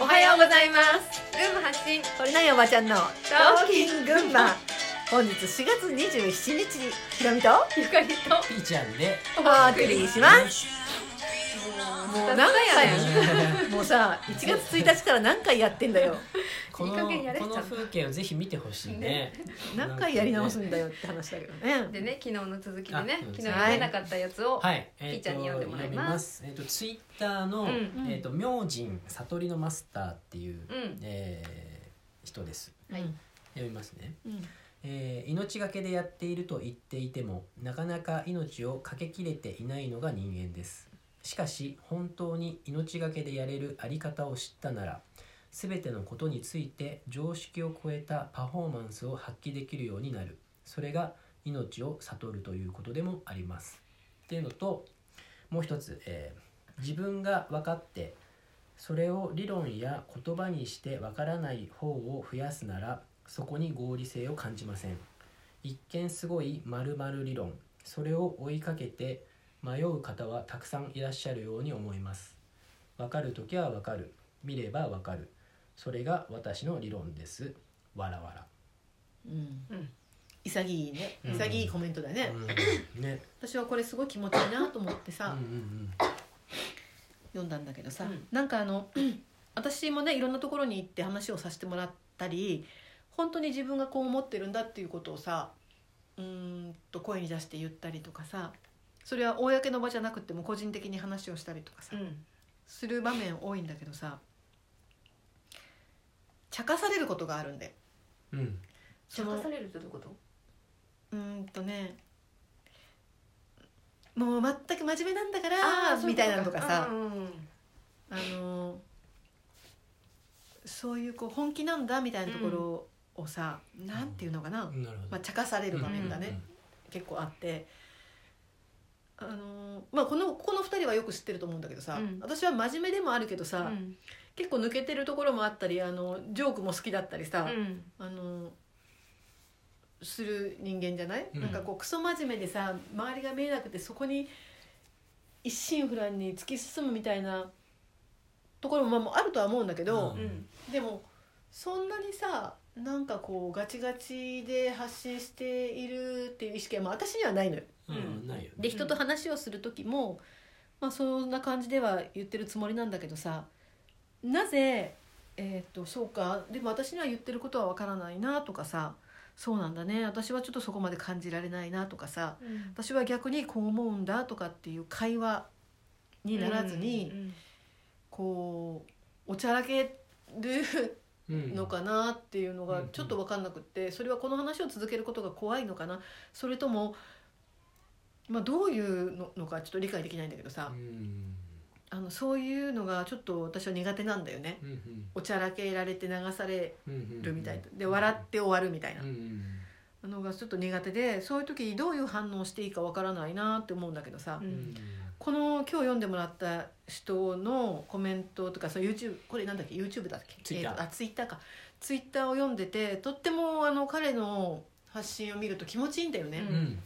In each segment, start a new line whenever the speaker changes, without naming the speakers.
おはようございます群馬発信
これないおばちゃんの
トーキン
群馬本日4月27日ひろみと
ゆかりと
ピーちゃんで
お
お
送
送
り
り
し
し
ま
ますす
も
も
う長
う長
い
い
や
やもうさ1月1日から何回やってん だよ
この
いい加減やれ
こ
ちゃ
の
ん
風景をぜひ見てほしいね
何回やり直すんだよって話だけどね
でね昨日の続きで
あ
ね
そう
昨日
です
読めなかったやつを
はい、
ピーちゃんに読んでもらい
読み
ま
ますえっ、とツイッターの、
うん
えっ、と明神悟りのマスターっていう、
うん
えー人です
はい
読みますね、
うん
えー命がけでやっていると言っていてもなかなか命をかけきれていないのが人間ですしかし本当に命がけでやれるあり方を知ったなら全てのことについて常識を超えたパフォーマンスを発揮できるようになるそれが命を悟るということでもありますっていうのともう一つ、えー自分が分かってそれを理論や言葉にして分からない方を増やすならそこに合理性を感じません一見すごい〇〇理論それを追いかけて迷う方はたくさんいらっしゃるように思います分かる時は分かる見れば分かるそれが私の理論ですわらわら
うん
うん
潔いね
うん
潔いコメントだね
うんね
私はこれすごい気持ちいいなと思って
うんう
さ
ん
読んだんだけどさ
うん
なんかあの 私もねいろんなところに行って話をさせてもらったり本当に自分がこう思ってるんだっていうことをさうーんと声に出して言ったりとかさそれは公の場じゃなくても個人的に話をしたりとかさ
うん
する場面多いんだけどさ茶化されることがあるんだよ。
うんうん
そ
茶化
の
されるってどういうこと
うーんとねもう全く真面目なんだか
あーそうう
ら
こと
みたいなのとかさ、
うんうん
あのーそういうこう本気なんだみたいなところをさ、なんていうのかな、
なるほ
ま
ど
あ、茶化される場面がね、結構あって。あのーまあ、このここの2人はよく知ってると思うんだけどさ、
うん
私は真面目でもあるけどさ、
うん
結構抜けてるところもあったりあのジョークも好きだったりさ、
うん
あのする人間じゃない、
うん
なんかこうクソ真面目でさ周りが見えなくてそこに一心不乱に突き進むみたいなところもまああるとは思うんだけど
う、ん
でもそんなにさなんかこうガチガチで発信しているっていう意識は、まあ、私にはないのよ。
う
うん
んないよね
で人と話をする時も、まあ、そんな感じでは言ってるつもりなんだけどさなぜ、えー、とそうかでも私には言ってることはわからないなとかさそうなんだね私はちょっとそこまで感じられないなとかさ
うん
私は逆にこう思うんだとかっていう会話にならずに、
うん
こうおちゃらける
うん
のかなっていうのが
うん
ちょっと分かんなくってそれはこの話を続けることが怖いのかなそれとも、まあ、どういうののかちょっと理解できないんだけど
う
さ
ん
あのそういうのがちょっと私は苦手なんだよね。
うんうん
おちゃらけられて流され
うんうん
るみたいなで笑って終わるみたいな
うんうん
のがちょっと苦手でそういう時どういう反応していいか分からないなって思うんだけどさ
う
うんん
この今日読んでもらった人のコメントとかその YouTube これなんだっけ YouTube だっけ
Twitter
えーとあ Twitter か Twitter を読んでてとってもあの彼の発信を見ると気持ちいいんだよね、
うん
うん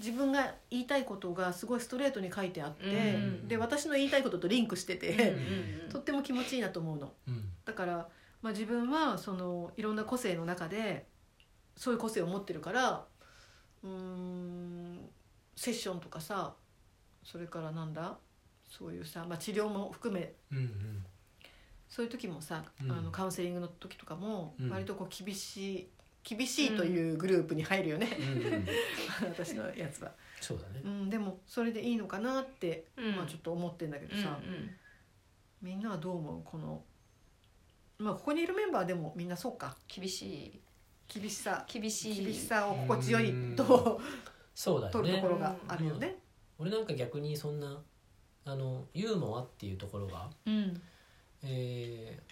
自分が言いたいことがすごいストレートに書いてあって、
うん
で私の言いたいこととリンクしてて、
うんうんうん
とっても気持ちいいなと思うの
うん
だから、まあ、自分はそのいろんな個性の中でそういう個性を持ってるからうーんセッションとかさそれからなんだそういうさ、まあ、治療も含め
うん
そういう時もさ、
うん
あのカウンセリングの時とかも
うん
割とこう厳しい厳しいというグループに入るよね、
うんうん
私のやつは、
そうだね
うん、でもそれでいいのかなって、
うん
まあ、ちょっと思ってんだけどさ、
うんうん
みんなはどう思うこのまあここにいるメンバーでもみんなそうか
厳し
厳しさ
い厳しい
厳しさを心地よいと
うそうだよ
取ると
ね
ころがあるよね。
俺なんか逆にそんなあのユーモアっていうところが、
うん、
えー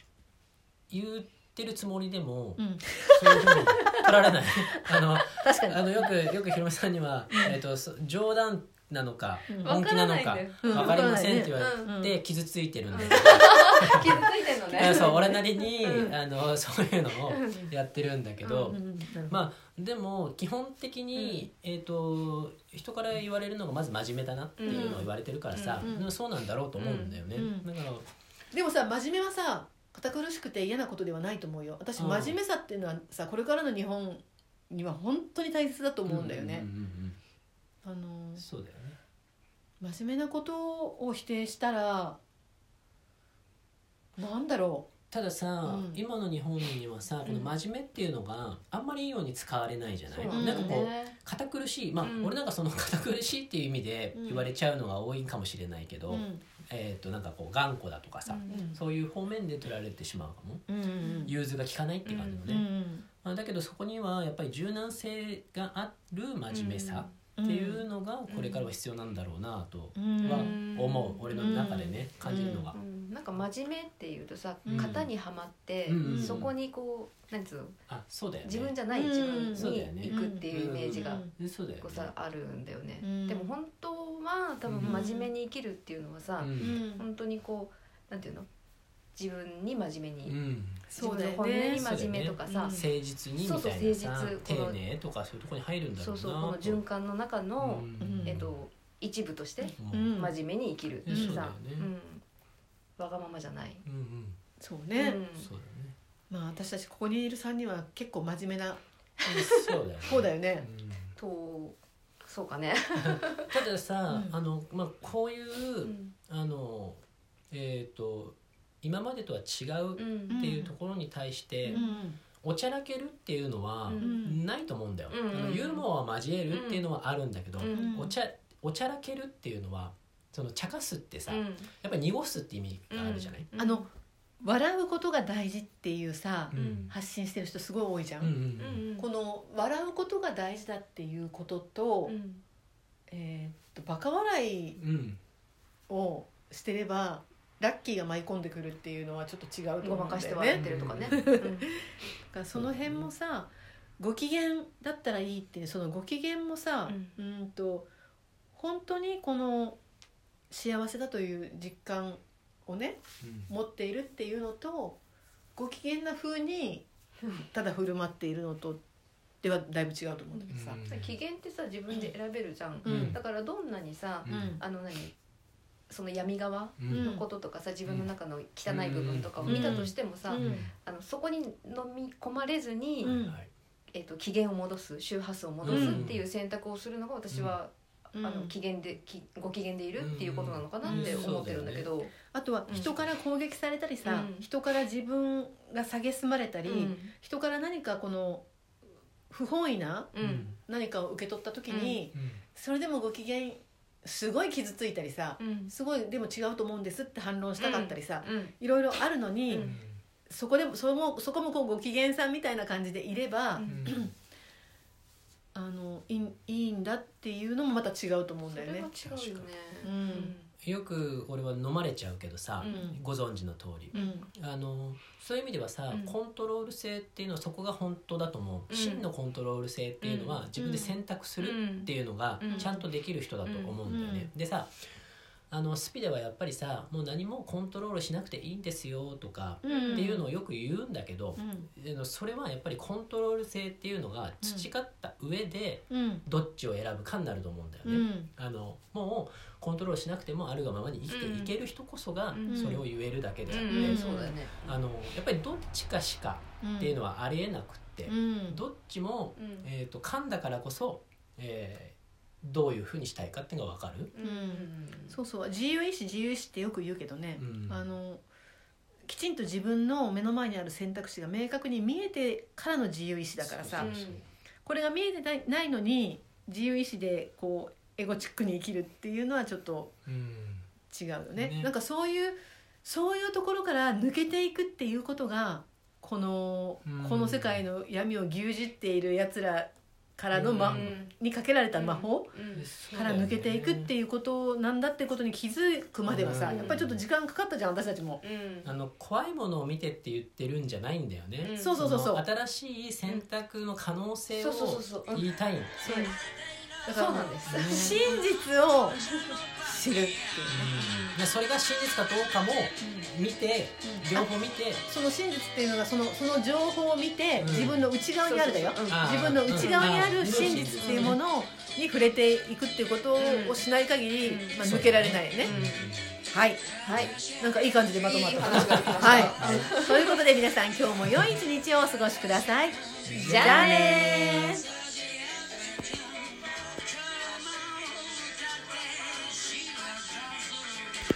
言ってるつもりでも、
うん、
そういうふうに取られない あの
確かに。
あのよくよくひろみさんには、えー、とそ冗談なのか
うん
本気なの
わからないんだ
か
よ
うん
分かりませんって言わ
うん
うん
れて傷ついてるんだよ、
傷ついてんの
だか
ね
らそう俺なりに、
うん
あのそういうのを
うん
やってるんだけど、
うんまあ、
まあでも基本的に、えー、と人から言われるのがまず真面目だなっていうのを言われてるからさ、
うん
でもそうなんだろうと思うんだよね、
うん
だから
でもさ、真面目はさ、堅苦しくて嫌なことではないと思うよ私
うん
真面目さっていうのはさこれからの日本には本当に大切だと思うんだよね、
うんうんうん
あ
うん
の
そうだよね
真面目なことを否定したらなんだろ
たださ、
うん
今の日本にはさこの真面目っていうのがあんまりいいように使われないじゃな
そ
い、
う
だ
な
な
ん
んか
だ
こう
ね
堅苦しいまあ、
うん
俺なんかその堅苦しいっていう意味で
うん
言われちゃうのが多いかもしれないけ
う、
ど、
うん
えっ、となんかこう頑固だとかさ、
うん
そういう方面で取られてしまうかも
うんうん
融通が利かないって感じのね、
うん
まあ、だけどそこにはやっぱり柔軟性がある真面目さ
うん
っていうのがこれからは必要なんだろうなと
うん
は
うん
思う俺の中でね
ん
感じるのが
う。んなんか真面目っていうとさ、
うん
型にはまって、
うん
うん
そこにこうなんつうの
あそうだよね
自分じゃない
うん
自分
そうだよね
に行くっていうイメージが
えそうだよね
こうさあるんだよね、
うん
でも本当は多分
うん
真面目に生きるっていうのは
う
さ、
ん
本当にこうなんていうの自分に真面目に、
うん
自
そう
分
だ
の
よ
本音
ね
に真面目とかさ、
うん
誠実にみ
そうそう
たいなさ
誠
丁
実この
寧とかそういうところに入るんだろ
そうう
な
そうこの循環の中の、
うん
えっと、一部として
うん
真面目に生きるっていうさ、
うんそうだよね
うんわがままじゃない、
うんうん
そうね、
うん
そうだよね
まあ私たちここにいる3人は結構真面目な
そうだよね
方だよね、
うん
とそうかね、
たださ
うん
あのまあこういううんあのえっと今までとは違う
う
っ
ん
ていうところに対して、
うん
おちゃらけるっていうのは
うん
ないと思うんだよ、
うん
あのユーモアを交えるっていうのはあるんだけど、
うん
うん
おちゃおちゃらけるっていうのはその茶化すってさ、やっぱり濁すって意味があるじゃない、
うん
あの笑うことが大事っていうさ、
ん
発信してる人すごい多いじゃ、
うんん
う
うん
んうん
この笑うことが大事だっていうことと,、
うん
えーっとバカ笑い
うんうん
をしてればラッキーが舞い込んでくるっていうのはちょっと違うと
ごま
思うんだ
かして
よ
笑
ね
っ。てるとかね、
う
だからその辺もさご機嫌だったらいいっていうそのご機嫌もさ、う、
うん
と本当にこの幸せだという実感をね持っているっていうのとご機嫌な風にただ振る舞っているのとではだいぶ違うと思うんだけどさ。
うん機嫌ってさ自分で選べるじゃん、
うん
だからどんなにさ
うん
うん
あの何その闇側
う
うん
ん
のこととかさ自分の中の汚い部分とかを見たとしてもさ、
うん
あのそこに飲み込まれずに、
うん
はい
えっと機嫌を戻す周波数を戻すっていう選択をするのが私は、あの機嫌できご機嫌でいるっていうことなのかなって思ってるんだけど、
あとは人から攻撃されたり
う
さ、
ん
人から自分が蔑まれたり、人から何かこの不本意な
うんうん
何かを受け取った時に、
うん
それでもご機嫌すごい傷ついたりさ、
うん
すごいでも違うと思うんですって反論したかったりさ、
うん
いろいろあるのに、
うん
そこでもそれもそこもこうご機嫌さんみたいな感じでいれば、
うん
あのいいいいんだっていうのもまた違うと思うん
そ
だ
れ
よ
は違
ね。
うよね。
うん
よく俺は飲まれちゃうけどさ、
うん
ご存知の通り、
うん
あのそういう意味ではさ、
うん
コントロール性っていうのはそこが本当だと思う、
うん
真のコントロール性っていうのは
うん
自分で選択する
うん
っていうのが
うん
ちゃんとできる人だと思うんだよね。でさあのスピではやっぱりさもう何もコントロールしなくていいんですよとか
うん
っていうのをよく言うんだけど
う、ん
あのそれはやっぱりコントロール性っていうのが培った上で
うん
どっちを選ぶかになると思うんだよ
う
ね。
ん
あのもうコントロールしなくてもあるがままに生きていける人こそが
うん
それを言えるだけであって、
うん、そうだよね。
あのやっぱりどっちかしか
うん、
っていうのはありえなくって、
うん、
どっちも、
うん
えー、と噛んだからこそ、えーどういうふうにしたいかっていうのが分かる。
うんうん
そうそう自由意志自由意志ってよく言うけどね、
うん
あのきちんと自分の目の前にある選択肢が明確に見えてからの自由意志だからさ
そうそうそう
これが見えてないないのに自由意志でこうエゴチックに生きるっていうのはちょっと
うん
違うよね
ね
なんかそういうそういうところから抜けていくっていうことがこの、
うん
この世界の闇を牛耳っているやつらからの、ま
うん
にかけられた魔法、
うん
から抜けていくって
う
いうことなんだってことに気づくまではさ、
うん
やっぱりちょっと時間かかったじゃん私たちも。
うん
あの怖いものを見てって言ってるんじゃないんだよね、
うん
そうそうそうそう
の新しい選択の可能性
そ
を
うそうそうそう
言いたい
そう
だからそうなんです。
す
真実を知るっていうね
でそれが真実かどうかも見て、
うん
両方見て、
その真実っていうのがそのその情報を見て、
うん
自分の内側にあるだよ
そうそうそう
あー
自分の内側にあ
う
る
ん
真実っていうものに触れていくっていうことをしない限り、
うん
まあ、抜けられないよね、
うん
うん
はい
はい
なんかいい感じでまとまっ
いい
た
話ができました
はいということで皆さん今日も良い一日をお過ごしください
じゃあねー